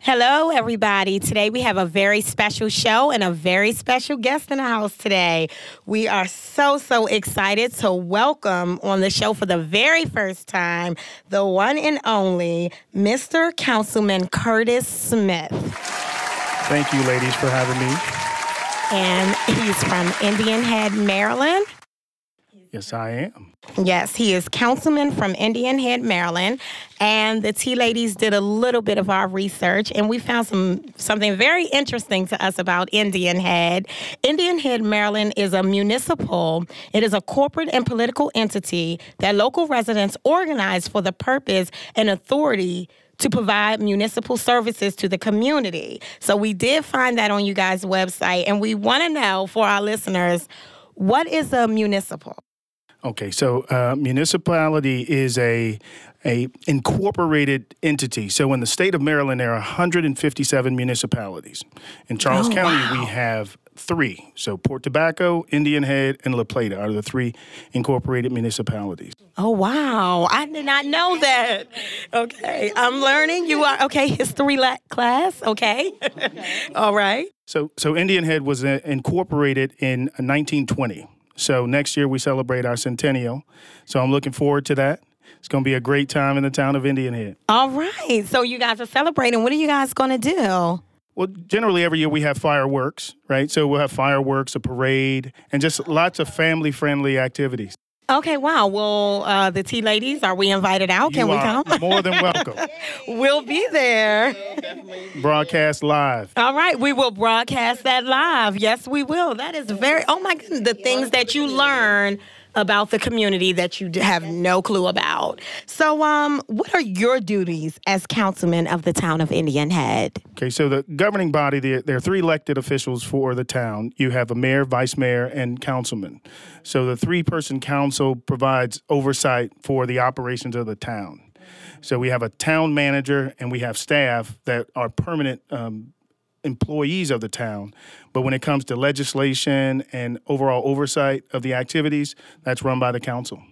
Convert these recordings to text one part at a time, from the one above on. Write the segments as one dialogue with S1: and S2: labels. S1: Hello, everybody. Today we have a very special show and a very special guest in the house today. We are so, so excited to welcome on the show for the very first time the one and only Mr. Councilman Curtis Smith.
S2: Thank you, ladies, for having me.
S1: And he's from Indian Head, Maryland.
S2: Yes, I am.
S1: Yes, he is councilman from Indian Head, Maryland. And the Tea Ladies did a little bit of our research and we found some something very interesting to us about Indian Head. Indian Head, Maryland is a municipal, it is a corporate and political entity that local residents organize for the purpose and authority to provide municipal services to the community. So we did find that on you guys' website and we want to know for our listeners, what is a municipal?
S2: Okay, so uh, municipality is a a incorporated entity. So in the state of Maryland, there are 157 municipalities. In Charles County, we have three. So Port Tobacco, Indian Head, and La Plata are the three incorporated municipalities.
S1: Oh wow! I did not know that. Okay, I'm learning. You are okay. History la- class. Okay. All right.
S2: So so Indian Head was uh, incorporated in 1920. So next year we celebrate our centennial. So I'm looking forward to that. It's going to be a great time in the town of Indian Head.
S1: All right. So you guys are celebrating. What are you guys gonna do?
S2: Well, generally every year we have fireworks, right? So we'll have fireworks, a parade, and just lots of family-friendly activities.
S1: Okay. Wow. Well, uh, the tea ladies, are we invited out? Can
S2: you
S1: we
S2: are
S1: come?
S2: more than welcome.
S1: We'll be there.
S2: Broadcast live.
S1: All right, we will broadcast that live. Yes, we will. That is very, oh my goodness, the things that you learn about the community that you d- have no clue about. So, um, what are your duties as councilman of the town of Indian Head?
S2: Okay, so the governing body, there, there are three elected officials for the town. You have a mayor, vice mayor, and councilman. So the three person council provides oversight for the operations of the town. So we have a town manager and we have staff that are permanent um, employees of the town. But when it comes to legislation and overall oversight of the activities, that's run by the council.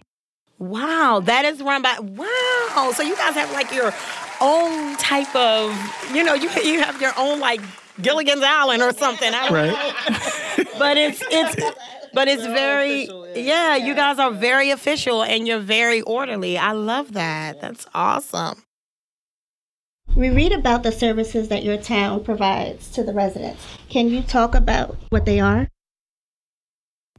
S1: Wow, that is run by, wow. So, you guys have like your own type of, you know, you, you have your own like Gilligan's Island or something. I don't
S2: Right.
S1: but it's it's but it's very yeah, you guys are very official and you're very orderly i love that that's awesome
S3: We read about the services that your town provides to the residents. Can you talk about what they are?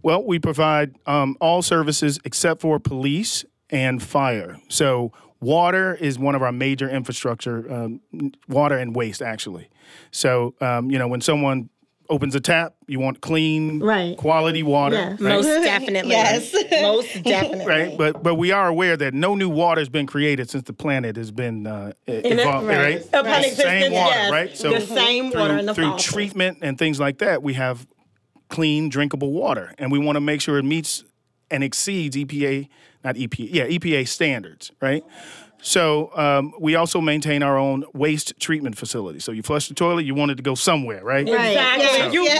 S2: Well, we provide um, all services except for police and fire. So, water is one of our major infrastructure, um, n- water and waste, actually. So, um, you know, when someone opens a tap, you want clean,
S3: Right.
S2: quality water.
S3: Yeah.
S2: Right?
S1: most definitely
S3: Yes.
S1: most definitely
S2: Right, but but we are aware that no new water has been created since the planet has been uh, e-
S1: it,
S2: evolved,
S1: right.
S2: right?
S1: Upon
S2: It's the same
S1: existence,
S2: water,
S1: yes.
S2: right?
S1: The same
S2: through,
S1: water in the
S2: through
S1: fossils.
S2: treatment and things like that, we have clean, drinkable water, and we want to make sure it meets and exceeds EPA, not EPA, yeah, EPA standards, right? So um, we also maintain our own waste treatment facility. So you flush the toilet, you want it to go somewhere, right?
S1: exactly
S3: Yes.
S1: you
S2: Right?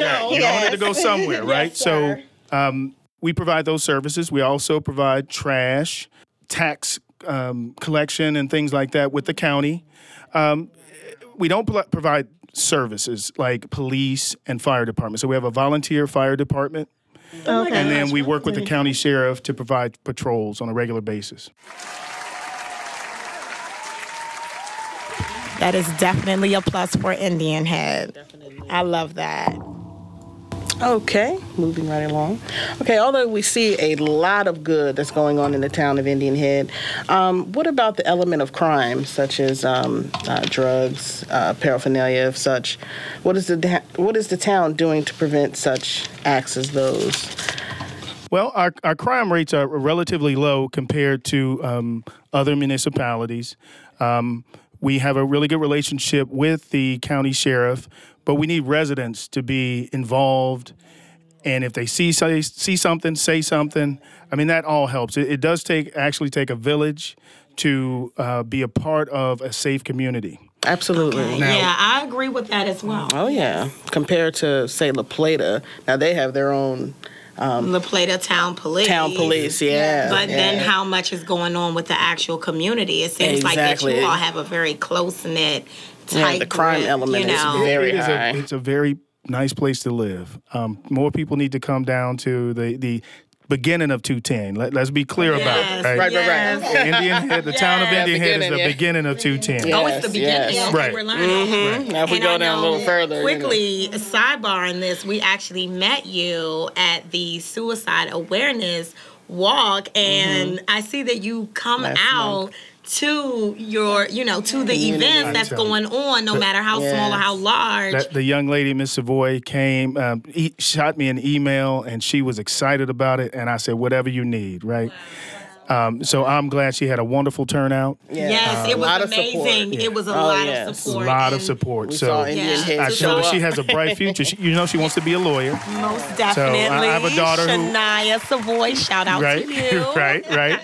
S2: Yeah, you
S3: Yes.
S2: wanted to go somewhere, right? so um, we provide those services. We also provide trash, tax um, collection, and things like that with the county. Um, we don't pl- provide services like police and fire department. So we have a volunteer fire department, and then we work with the county sheriff to provide patrols on a regular basis.
S1: that is definitely a plus for indian head i love that
S4: Okay, moving right along. Okay, although we see a lot of good that's going on in the town of Indian Head, um, what about the element of crime, such as um, uh, drugs, uh, paraphernalia of such? What is the da- what is the town doing to prevent such acts as those?
S2: Well, our, our crime rates are relatively low compared to um, other municipalities. Um, we have a really good relationship with the county sheriff, but we need residents to be involved. And if they see say, see something, say something. I mean, that all helps. It, it does take actually take a village to uh, be a part of a safe community.
S4: Absolutely.
S1: yeah i agree with that as well
S4: Oh yeah. Compared to say La Plata, now they have their own
S1: La Plata Town Police.
S4: town police. Yeah.
S1: But then
S4: yeah.
S1: how much is going on with the actual community? It seems like that
S4: Exactly.
S1: you all have a very close knit
S4: Yeah,
S1: tight
S4: the crime
S1: grip,
S4: element
S1: you
S4: is
S1: know.
S4: very
S2: Oh, it is
S4: high.
S2: A, it's a very nice place to live. Um, more people need to come down to the the beginning of 210. Let, let's be clear
S1: Yes,
S2: about right.
S4: Right, right, right.
S1: yes.
S2: Indian Head, the town of
S1: Yes.
S2: Indian Head is the
S4: Beginning, yeah.
S2: beginning of 210.
S1: Oh, it's the
S4: Yes,
S1: beginning.
S4: yes.
S1: Okay,
S2: Right.
S1: we're learning.
S4: Now, if we
S1: And
S4: go
S1: I
S4: down
S1: know
S4: a little further, you know.
S1: Mm-hmm. Quickly, sidebar on this, we actually met you at the suicide awareness walk, and I see that you come
S4: Mm-hmm. Last
S1: out. To your, you know, to the events that's
S2: I'm telling
S1: going on, no matter how small or how large.
S2: That, the young lady, Miss Savoy, came, um, e- shot me an email, and she was excited about it. And I said, "Whatever you need, right?" Um, so I'm glad she had a wonderful turnout.
S4: Yeah.
S1: yes, it
S4: A
S1: was
S4: lot of support.
S1: amazing. It was a
S4: Oh,
S1: lot of
S4: yes.
S2: A
S1: support.
S2: lot of
S1: and
S2: support.
S4: We
S2: so
S4: saw Indian
S1: Yeah.
S4: heads.
S2: I
S1: show
S2: showed her she
S1: up.
S2: has a bright future. She, you know, she wants to be a lawyer.
S1: Most
S2: I
S1: definitely.
S2: have a daughter who-
S1: Shania Savoy, shout out
S2: right,
S1: to you.
S2: right, right.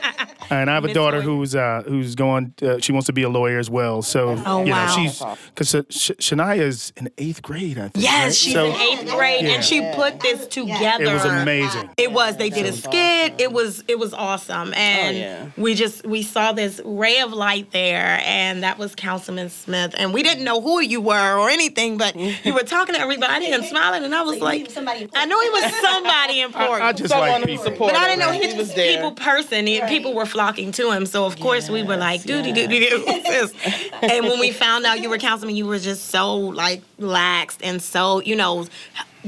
S2: And I have a
S1: Miss
S2: daughter
S1: Hoy.
S2: who's uh, who's going. Uh, she wants to be a lawyer as well. So
S1: Oh,
S2: you know,
S1: wow.
S2: she's because Sh- Shania is in eighth grade. I think. right?
S1: Yes, she's
S2: so
S1: in eighth grade,
S2: Yeah.
S1: and she put this together.
S2: It was amazing.
S1: It was. They did a skit. It was. It was awesome, and
S4: yeah.
S1: we just we saw this ray of light there, and that was Councilman Smith, and we didn't know who you were or anything, but you were talking to everybody and smiling, and I was like,
S3: somebody
S1: I know he was somebody important.
S2: I just
S4: Someone
S2: like
S4: who
S2: people.
S4: supports-
S1: but I didn't know
S4: Right.
S1: he
S4: He
S1: was
S4: was
S1: a
S4: there.
S1: people person. and People were flocking to him, so of course we were like, "Doo doo doo doo doo." sis." And when we found out you were councilman, you were just so like laxed and so you know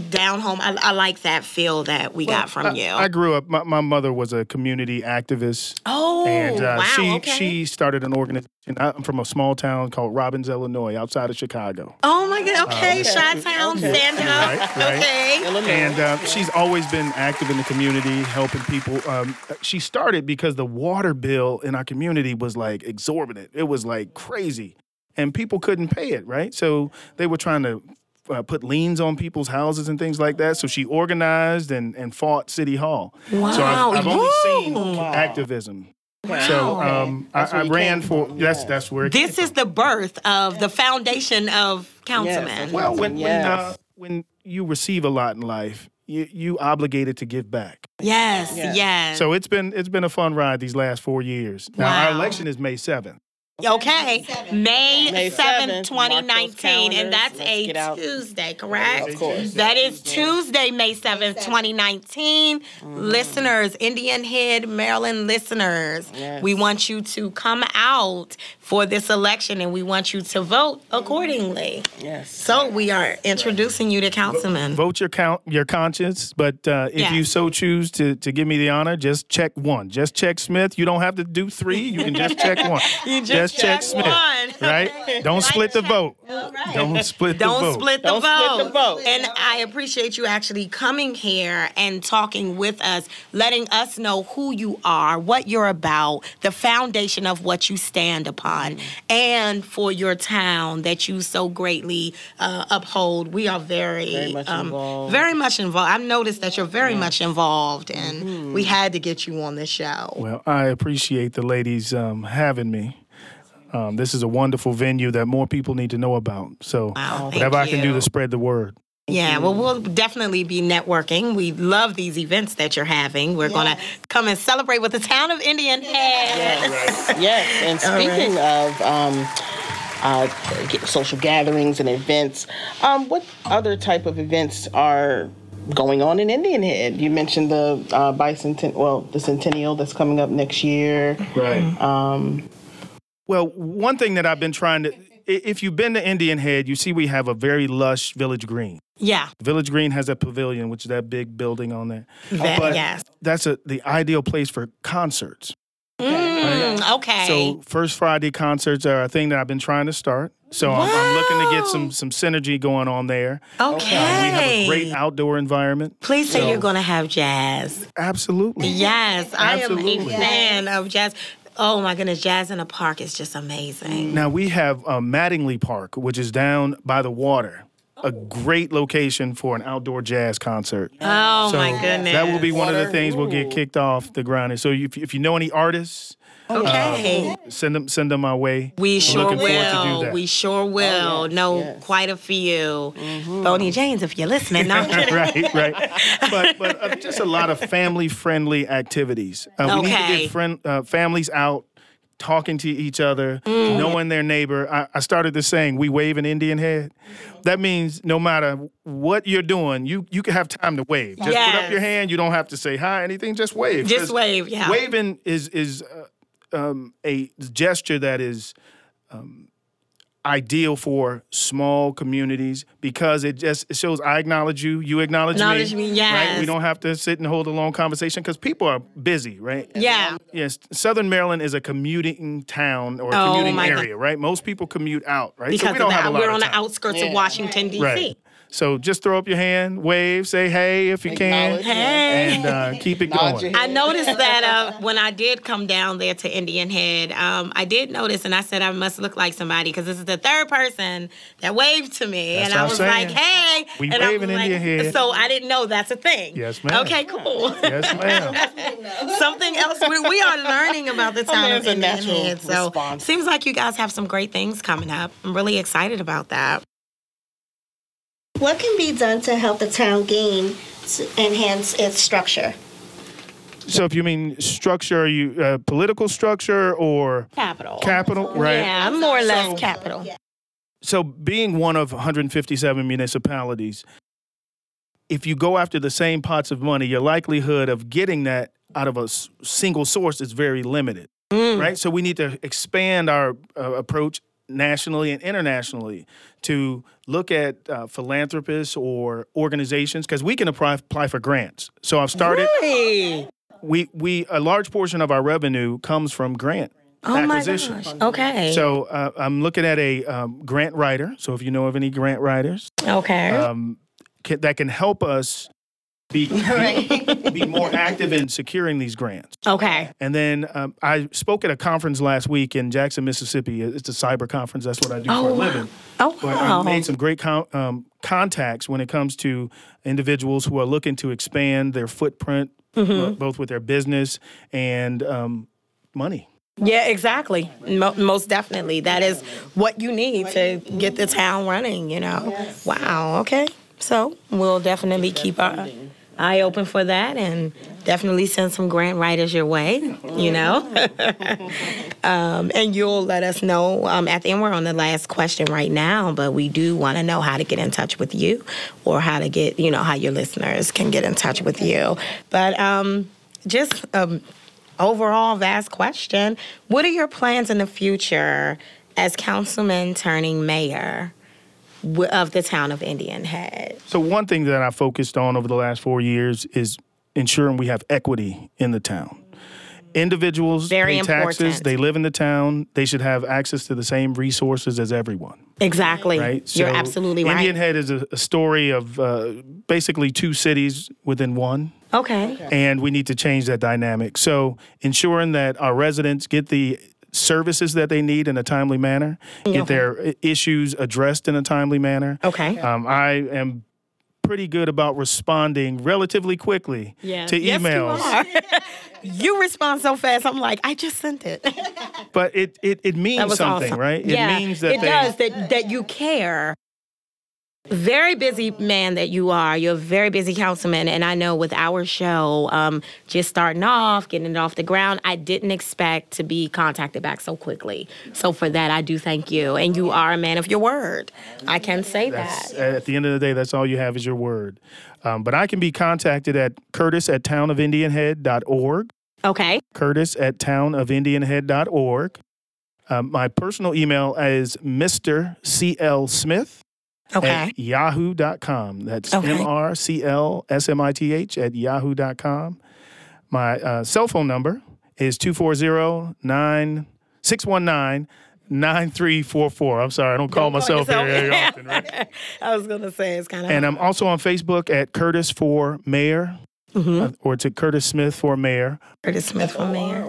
S1: down home. I, I like that feel that we got from you.
S2: I grew up. My, my mother was a community activist,
S1: oh
S2: and uh,
S1: wow!
S2: she
S1: okay.
S2: she started an organization. I'm from a small town called Robbins, Illinois, outside of Chicago.
S1: oh my God! Okay, Chi Town, stand up.
S2: Right, right.
S1: Okay.
S4: Illinois.
S2: And uh, she's always been active in the community, helping people. Um, she started because the water bill in our community was like exorbitant. It was like crazy, and people couldn't pay it. Right, so they were trying to. Uh, put liens on people's houses and things like that. So she organized and, and fought City Hall. So
S1: Wow,
S2: I've, I've only seen
S1: wow.
S2: activism. So um, I,
S4: where
S2: I
S4: you
S2: ran
S4: came
S2: for
S4: from,
S2: that's
S4: yeah.
S2: that's where it
S1: This is the birth of the foundation of councilman.
S4: that's
S2: well, when when, uh,
S4: Yes.
S2: when you receive a lot in life, you you obligated to give back.
S1: yes, yes.
S4: Yes.
S2: So it's been it's been a fun ride these last four years. Now our
S1: Wow.
S2: election is May seventh.
S1: Okay, May
S4: May
S1: seventh,
S4: 7th, mark those
S1: 2019, and
S4: calendars.
S1: that's
S4: Let's get
S1: a
S4: out.
S1: Tuesday, correct?
S4: Of course.
S1: That is Tuesday, May 7th, 2019.
S4: Mm-hmm.
S1: Listeners, Indian Head, Maryland listeners,
S4: Yes.
S1: we want you to come out for this election and we want you to vote accordingly.
S4: Yes.
S1: So we are introducing you to Councilman.
S2: Vote your count your conscience, but uh, if you
S1: Yes.
S2: so choose to to give me the honor, just check one. Just check Smith. You don't have to do three. You can just check one.
S1: You just
S2: check,
S1: check
S2: Smith.
S1: one.
S2: Right? Don't split the vote. Don't split the
S1: Don't
S2: vote.
S1: split the
S4: Don't
S1: vote.
S4: split the vote.
S1: And I appreciate you actually coming here and talking with us, letting us know who you are, what you're about, the foundation of what you stand upon, and for your town that you so greatly uh, uphold. We are very, um,
S4: Very much involved.
S1: very much involved. I've noticed that you're very much involved, and
S4: Mm-hmm.
S1: we had to get you on the show.
S2: Well, I appreciate the ladies um, having me. Um, this is a wonderful venue that more people need to know about. So
S1: Wow, thank
S2: whatever I can do
S1: you.
S2: to spread the word.
S1: Yeah, well,
S4: Mm-hmm.
S1: we'll definitely be networking. We love these events that you're having. We're going to come and celebrate with the town of Indian Head.
S4: Yes, and speaking of um, uh, g- social gatherings and events, um, what other type of events are going on in Indian Head? You mentioned the uh, bicentennial, well, the centennial that's coming up next year.
S2: Right.
S4: Um,
S2: Well, one thing that I've been trying to, i- if you've been to Indian Head, you see we have a very lush village green.
S1: Yeah,
S2: Village Green has that pavilion, which is that big building on there.
S1: that,
S2: But
S1: yes.
S2: that's a, the ideal place for concerts.
S1: Mm, okay.
S2: So first Friday concerts are a thing that I've been trying to start. So I'm, I'm looking to get some some synergy going on there. Uh,
S1: okay.
S2: We have a great outdoor environment.
S1: Please say you're going to have jazz.
S2: Absolutely.
S1: Yes, I am
S2: Absolutely.
S1: a fan of jazz. Oh my goodness, jazz in a park is just amazing.
S2: Now we have uh, Mattingly Park, which is down by the water. a great location for an outdoor jazz concert.
S1: Oh my goodness.
S2: That will be one of the things we'll get kicked off the ground. So if, if you know any artists,
S4: Mm-hmm.
S1: Okay.
S2: send them send them my way.
S1: we
S2: We're
S1: sure
S2: looking forward to do
S1: will.
S2: that.
S1: We sure will. Know
S4: Oh, yes. Mm-hmm.
S1: quite a few. Bonnie James, if you're listening. No, I'm kidding.
S2: right, right. But but uh, just a lot of family friendly activities. Uh, We need to
S1: Okay.
S2: get friend, uh, families out talking to each other,
S1: Mm.
S2: knowing their neighbor. I, I started this saying, "We wave an Indian head." That means no matter what you're doing, you you can have time to wave. Just put
S1: Yes.
S2: up your hand. You don't have to say hi, anything. Just wave.
S1: Just
S2: 'Cause
S1: wave, yeah.
S2: Waving is is uh, um, a gesture that is ideal for small communities because it just it shows I acknowledge you, you acknowledge,
S1: Acknowledge me, yes.
S2: Right? We don't have to sit and hold a long conversation because people are busy, right?
S1: Yeah.
S2: Yes, Southern Maryland is a commuting town or
S1: Oh,
S2: commuting
S1: my God.
S2: area, right? Most people commute out, right?
S1: Because
S2: so we don't
S1: of
S2: have a
S1: that.
S2: lot
S1: we're
S2: of
S1: on the
S2: time.
S1: outskirts of Washington, D.C.
S2: right. So just throw up your hand, wave, say hey if you can,
S4: Acknowledge, yeah.
S1: Hey.
S2: and uh, keep it
S4: Nod
S2: going.
S4: your
S1: I noticed that uh, when I did come down there to Indian Head, um, I did notice, and I said I must look like somebody because this is the third person that waved to me,
S2: That's
S1: and I
S2: what
S1: was
S2: I'm
S1: like,
S2: saying.
S1: "Hey!"
S2: We
S1: and I
S2: waving
S1: was
S2: Indian Head.
S1: So I didn't know that's a thing.
S2: Yes, ma'am.
S1: Okay, cool.
S2: Yes, ma'am.
S1: Something else we, we are learning about the town of
S4: man's a
S1: Indian
S4: natural
S1: Head. So
S4: response.
S1: seems like you guys have some great things coming up. I'm really excited about that.
S3: What can be done to help the town gain to enhance its structure?
S2: so if you mean structure, are you uh, political structure or
S1: Capital.
S2: capital, right?
S1: Yeah, more or less capital.
S2: so being one of 157 municipalities if you go after the same pots of money your likelihood of getting that out of a s- single source is very limited right so we need to expand our uh, approach nationally and internationally to look at uh, philanthropists or organizations because we can apply, apply for grants so i've started we we a large portion of our revenue comes from grant
S1: Oh my
S2: acquisition
S1: gosh. Okay.
S2: so uh, I'm looking at a um, grant writer. So if you know of any grant writers
S1: okay.
S2: um, ca that can help us be, be- be more active in securing these grants.
S1: okay.
S2: And then um, I spoke at a conference last week in Jackson, Mississippi. It's a cyber conference. That's what I do for a living.
S1: Oh
S2: But
S1: wow.
S2: I've made some great con- um, contacts when it comes to individuals who are looking to expand their footprint,
S1: Mm-hmm.
S2: bo- both with their business and um, money.
S1: Yeah, exactly. Mo- most definitely. That is what you need to get the town running, you know. Wow, okay. So we'll definitely keep our eye open for that and definitely send some grant writers your way, you know. um, and you'll let us know um, at the end. We're on the last question right now, but we do want to know how to get in touch with you or how to get, you know, how your listeners can get in touch with you. But um, just um, overall vast question. What are your plans in the future as councilman turning mayor w- of the town of Indian Head?
S2: So one thing that I focused on over the last four years is ensuring we have equity in the town. Individuals
S1: Very
S2: pay taxes.
S1: important.
S2: They live in the town. They should have access to the same resources as everyone.
S1: Exactly.
S2: Right.
S1: You're
S2: So
S1: absolutely right.
S2: Indian Head is a, a story of uh, basically two cities within one
S1: okay.
S2: and we need to change that dynamic. So ensuring that our residents get the services that they need in a timely manner, get their i- issues addressed in a timely manner.
S1: Okay.
S2: Um, I am pretty good about responding relatively quickly to emails.
S1: you, are. you respond so fast. I'm like, I just sent it.
S2: But it, it, it means
S1: That was
S2: something,
S1: awesome.
S2: right?
S1: yeah,
S2: It means that
S1: it
S2: they
S1: does that that you care. Very busy man that you are. You're a very busy councilman, and I know with our show, um, just starting off, getting it off the ground, I didn't expect to be contacted back so quickly. So for that, I do thank you, and you are a man of your word. I can say
S2: That's,
S1: that.
S2: at the end of the day, that's all you have is your word. Um, but I can be contacted at curtis at townofindianhead.org.
S1: Okay.
S2: curtis at townofindianhead.org. Um, my personal email is Mr. C.L. Smith
S1: Okay.
S2: at yahoo.com. That's
S1: Okay.
S2: M-R-C-L-S-M-I-T-H at yahoo.com. My uh, cell phone number is 240-619-9344. I'm sorry, I don't call
S1: Don't call
S2: myself
S1: yourself.
S2: very often, right?
S1: I was gonna say it's kind of.
S2: And I'm also on Facebook at Curtis for Mayor,
S1: Mm-hmm.
S2: uh, or to Curtis Smith for Mayor.
S1: Curtis Smith for mayor.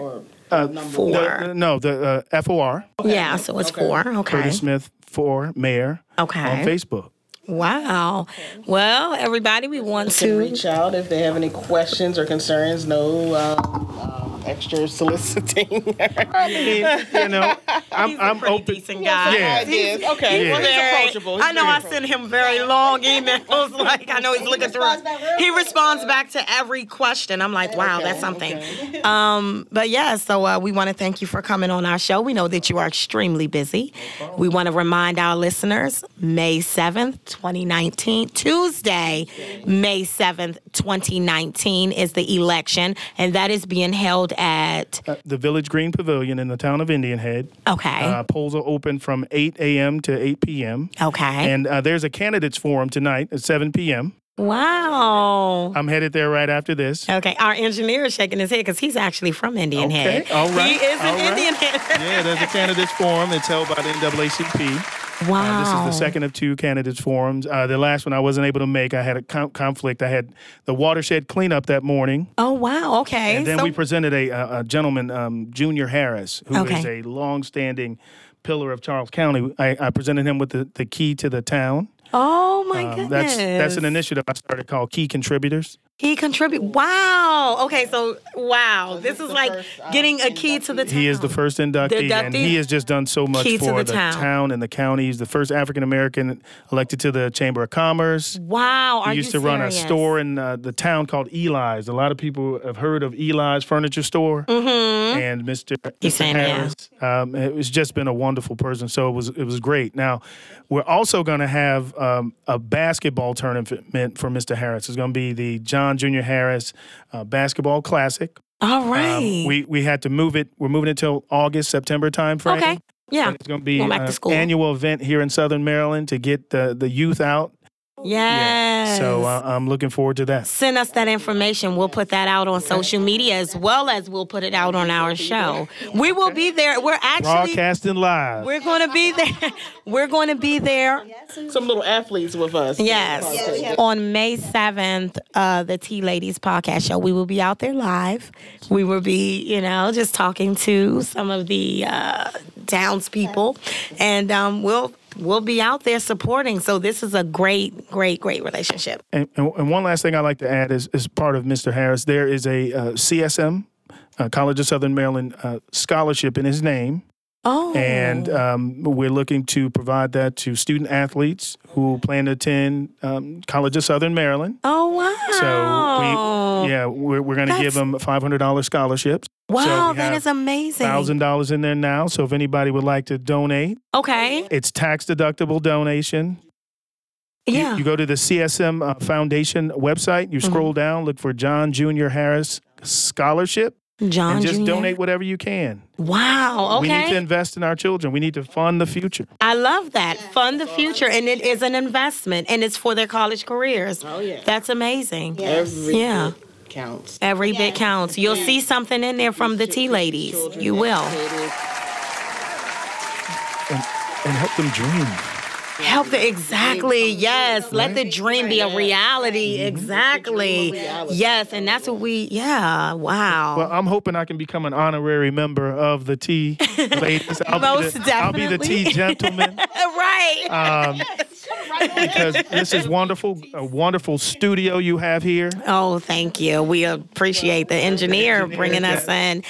S2: The-
S1: Four.
S2: the- no, the uh, F-O-R.
S1: Yeah, so it's four. Okay.
S2: Curtis Smith for mayor
S1: Okay.
S2: on Facebook.
S1: Wow. Well, everybody, we want
S4: can
S1: to.
S4: reach out if they have any questions or concerns. No um, um, extra soliciting.
S2: you know, I'm,
S1: He's a
S2: I'm
S1: pretty
S2: open.
S1: decent guy.
S2: Yeah.
S4: Ideas. Okay.
S2: Yeah.
S4: Well, he's
S1: Very-
S4: approachable. He's
S1: I know
S4: very
S1: I send him very long emails. Like I know he's looking through.
S3: responds back real
S1: He
S3: quick,
S1: responds back to every question. I'm like, wow,
S4: Okay,
S1: that's something. Um, but yeah, so uh, we want to thank you for coming on our show. We know that you are extremely busy. We want to remind our listeners, May 7th, 2019, Tuesday, May 7th, 2019 is the election, and that is being held at
S2: Uh, The Village Green Pavilion in the town of Indian Head.
S1: okay,
S2: Uh, polls are open from 8 a.m. to 8 p.m.
S1: okay,
S2: And uh, there's a candidates forum tonight at 7 p.m.
S1: wow.
S2: I'm headed there right after this.
S1: Okay, our engineer is shaking his head because he's actually from Indian
S2: Okay,
S1: Head.
S2: all right,
S1: He is an
S2: all right.
S1: Indian Head.
S2: Yeah, there's a candidates forum. It's held by the NAACP.
S1: Wow.
S2: Uh, this is the
S1: Oh.
S2: second of two candidates forums. Uh, the last one I wasn't able to make. I had a con- conflict. I had the watershed cleanup that morning.
S1: Oh, wow. Okay.
S2: And then
S1: so,
S2: we presented a, a, a gentleman, um, Junior Harris, who is
S1: Okay.
S2: a longstanding pillar of Charles County. I, I presented him with the, the key to the town.
S1: oh, my
S2: Um,
S1: goodness.
S2: that's that's an initiative I started called Key Contributors.
S1: He contribute. Wow. Okay, so, wow. this is uh,
S4: the
S1: like
S4: first, um,
S1: getting a key to the town.
S2: He is the first inductee, and
S1: inductee?
S2: he has just done so much
S1: Key to
S2: for
S1: the
S2: the,
S1: town.
S2: town. and the county. He's the first African American elected to the Chamber of Commerce.
S1: Wow. Are
S2: he used
S1: you
S2: to run
S1: serious?
S2: a store in uh, the town called Eli's. A lot of people have heard of Eli's Furniture Store. Mm-hmm. And Mr.
S1: He's
S2: Mr.
S1: saying, yeah.
S2: Harris. Um, it was just been a wonderful person. So it was it was great. Now we're also going to have um, a basketball tournament for Mr. Harris. It's going to be the John Junior Harris uh, Basketball Classic.
S1: All right.
S2: Um, we we had to move it. We're moving it till August September timeframe.
S1: okay. Yeah.
S2: But It's going to be
S1: Going back to
S2: an
S1: school.
S2: annual event here in Southern Maryland to get the, the youth out.
S1: Yes.
S2: So uh, I'm looking forward to that.
S1: send us that information. We'll put that out on social media as well as we'll put it out on our show. We will be there. We're actually
S2: Broadcasting live.
S1: we're going to be there. We're going to be there.
S4: Some little athletes with us.
S1: Yes. On May 7th, uh, the Tea Ladies podcast show, we will be out there live. We will be, you know, just talking to some of the uh, townspeople, and um, we'll we'll be out there supporting. So this is a great, great, great relationship.
S2: And, and, and one last thing I'd like to add is, is part of Mr. Harris, there is a uh, CSM, uh, College of Southern Maryland uh, scholarship in his name.
S1: Oh,
S2: And um, we're looking to provide that to student athletes who plan to attend um, College of Southern Maryland.
S1: oh wow.
S2: So we, yeah, we're, we're going to give
S1: Oh. That's-
S2: them five hundred dollars scholarships.
S1: Wow,
S2: so
S1: that is amazing.
S2: Thousand dollars in there now. So if anybody would like to donate,
S1: Okay.
S2: it's tax deductible donation. You-
S1: Yeah. Mm-hmm.
S2: You, go to the CSM uh, Foundation website. You scroll down, look for John Junior Harris Scholarship,
S1: John
S2: and just
S1: Jr..
S2: donate whatever you can.
S1: Wow.
S2: We need to
S1: Okay.
S2: invest in our children. We need to fund the future.
S1: I love that. Fund the future. And it is an investment and it's for their college careers.
S4: Oh, yeah.
S1: That's amazing.
S4: Every
S1: Yeah.
S4: bit counts.
S1: Every bit counts. You'll see something in there from the tea ladies. You will.
S4: Educated.
S2: And, and help them dream.
S1: Help the exactly. Yes. Let the dream be a reality. Exactly. Yes. And that's what we yeah.
S2: Well,
S1: Wow.
S2: I'm hoping I can become an honorary member of the T ladies. I'll
S1: Most
S2: be the, I'll be the
S1: definitely.
S2: T gentleman.
S1: Right.
S2: Um, because this is wonderful, a wonderful studio you have here.
S1: Oh, thank you. We appreciate the engineer bringing us in,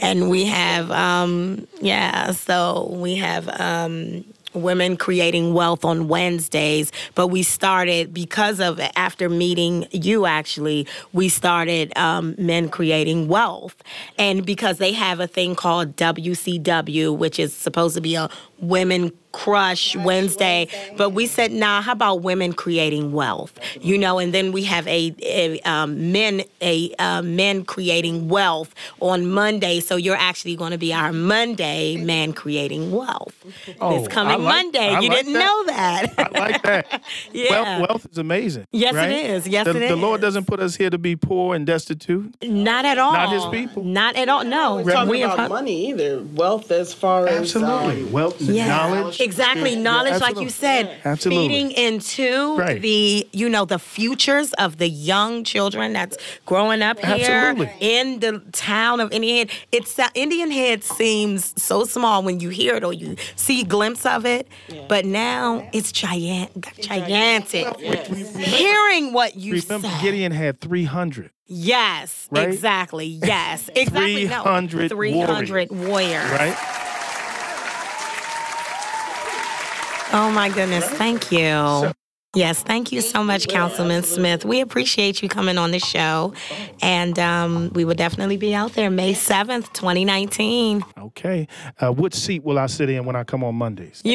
S1: and we have, um, yeah. So we have um, women creating wealth on Wednesdays, but we started because of after meeting you. Actually, we started um, men creating wealth, and because they have a thing called WCW, which is supposed to be a women crush Wednesday, but we said, nah, how about women creating wealth? You know, and then we have a, a um, men a uh, men creating wealth on Monday. So you're actually going to be our Monday man creating wealth.
S2: Oh,
S1: it's coming
S2: I like-
S1: Monday.
S2: I
S1: you
S2: like
S1: didn't
S2: that.
S1: know that.
S2: I like that.
S1: yeah.
S2: Wealth, wealth is amazing.
S1: Yes, it
S2: right?
S1: is. Yes,
S2: the,
S1: it
S2: The Lord
S1: is.
S2: doesn't put us here to be poor and destitute.
S1: Not at all.
S2: his people.
S1: Not at all. No.
S4: Talking
S1: We
S4: about
S1: are-
S4: money either. Wealth as far as um,
S2: Absolutely. Wealth,
S1: Yeah.
S2: knowledge.
S1: Exactly. Knowledge, like
S2: absolutely.
S1: you said,
S2: Absolutely.
S1: feeding into
S2: Right.
S1: the, you know, the futures of the young children that's growing up here
S2: Absolutely.
S1: in the town of Indian Head. It's uh, Indian Head seems so small when you hear it or you see a glimpse of it, but now it's giant, gigantic. Hearing what you
S2: Remember,
S1: said.
S2: Gideon had 300.
S1: yes,
S2: Right?
S1: exactly. Yes, exactly. No.
S2: 300
S1: 300 warriors.
S2: Right?
S1: Oh my goodness, thank you. yes, thank you so much, Councilman Smith. We appreciate you coming on the show, and um, we will definitely be out there May seventh, twenty nineteen.
S2: Okay. Uh, what seat will I sit in when I come on Mondays?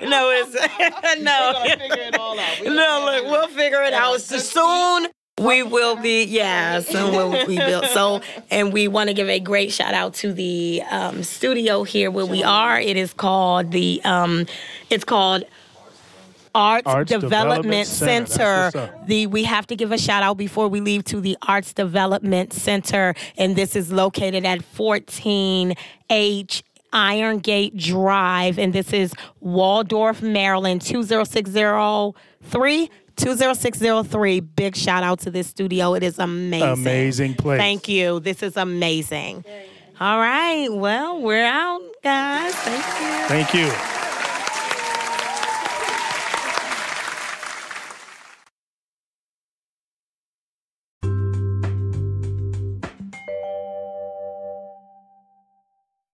S1: You. No, it's no,
S4: figure it all out. We
S1: no. Look, we'll figure it out. So soon we will be, yeah. Soon we'll be built. So, and we want to give a great shout out to the um, studio here where we are. It is called the. Um, it's called Arts,
S2: Arts
S1: Development,
S2: Development Center.
S1: Center.
S2: That's what's up.
S1: The we have to give a shout out before we leave to the Arts Development Center, and this is located at 14H Iron Gate Drive, and this is Waldorf, Maryland 20603. 20603. Big shout out to this studio. It is amazing.
S2: Amazing place.
S1: Thank you. This is amazing. All right. Well, we're out, guys. Thank you.
S2: Thank you.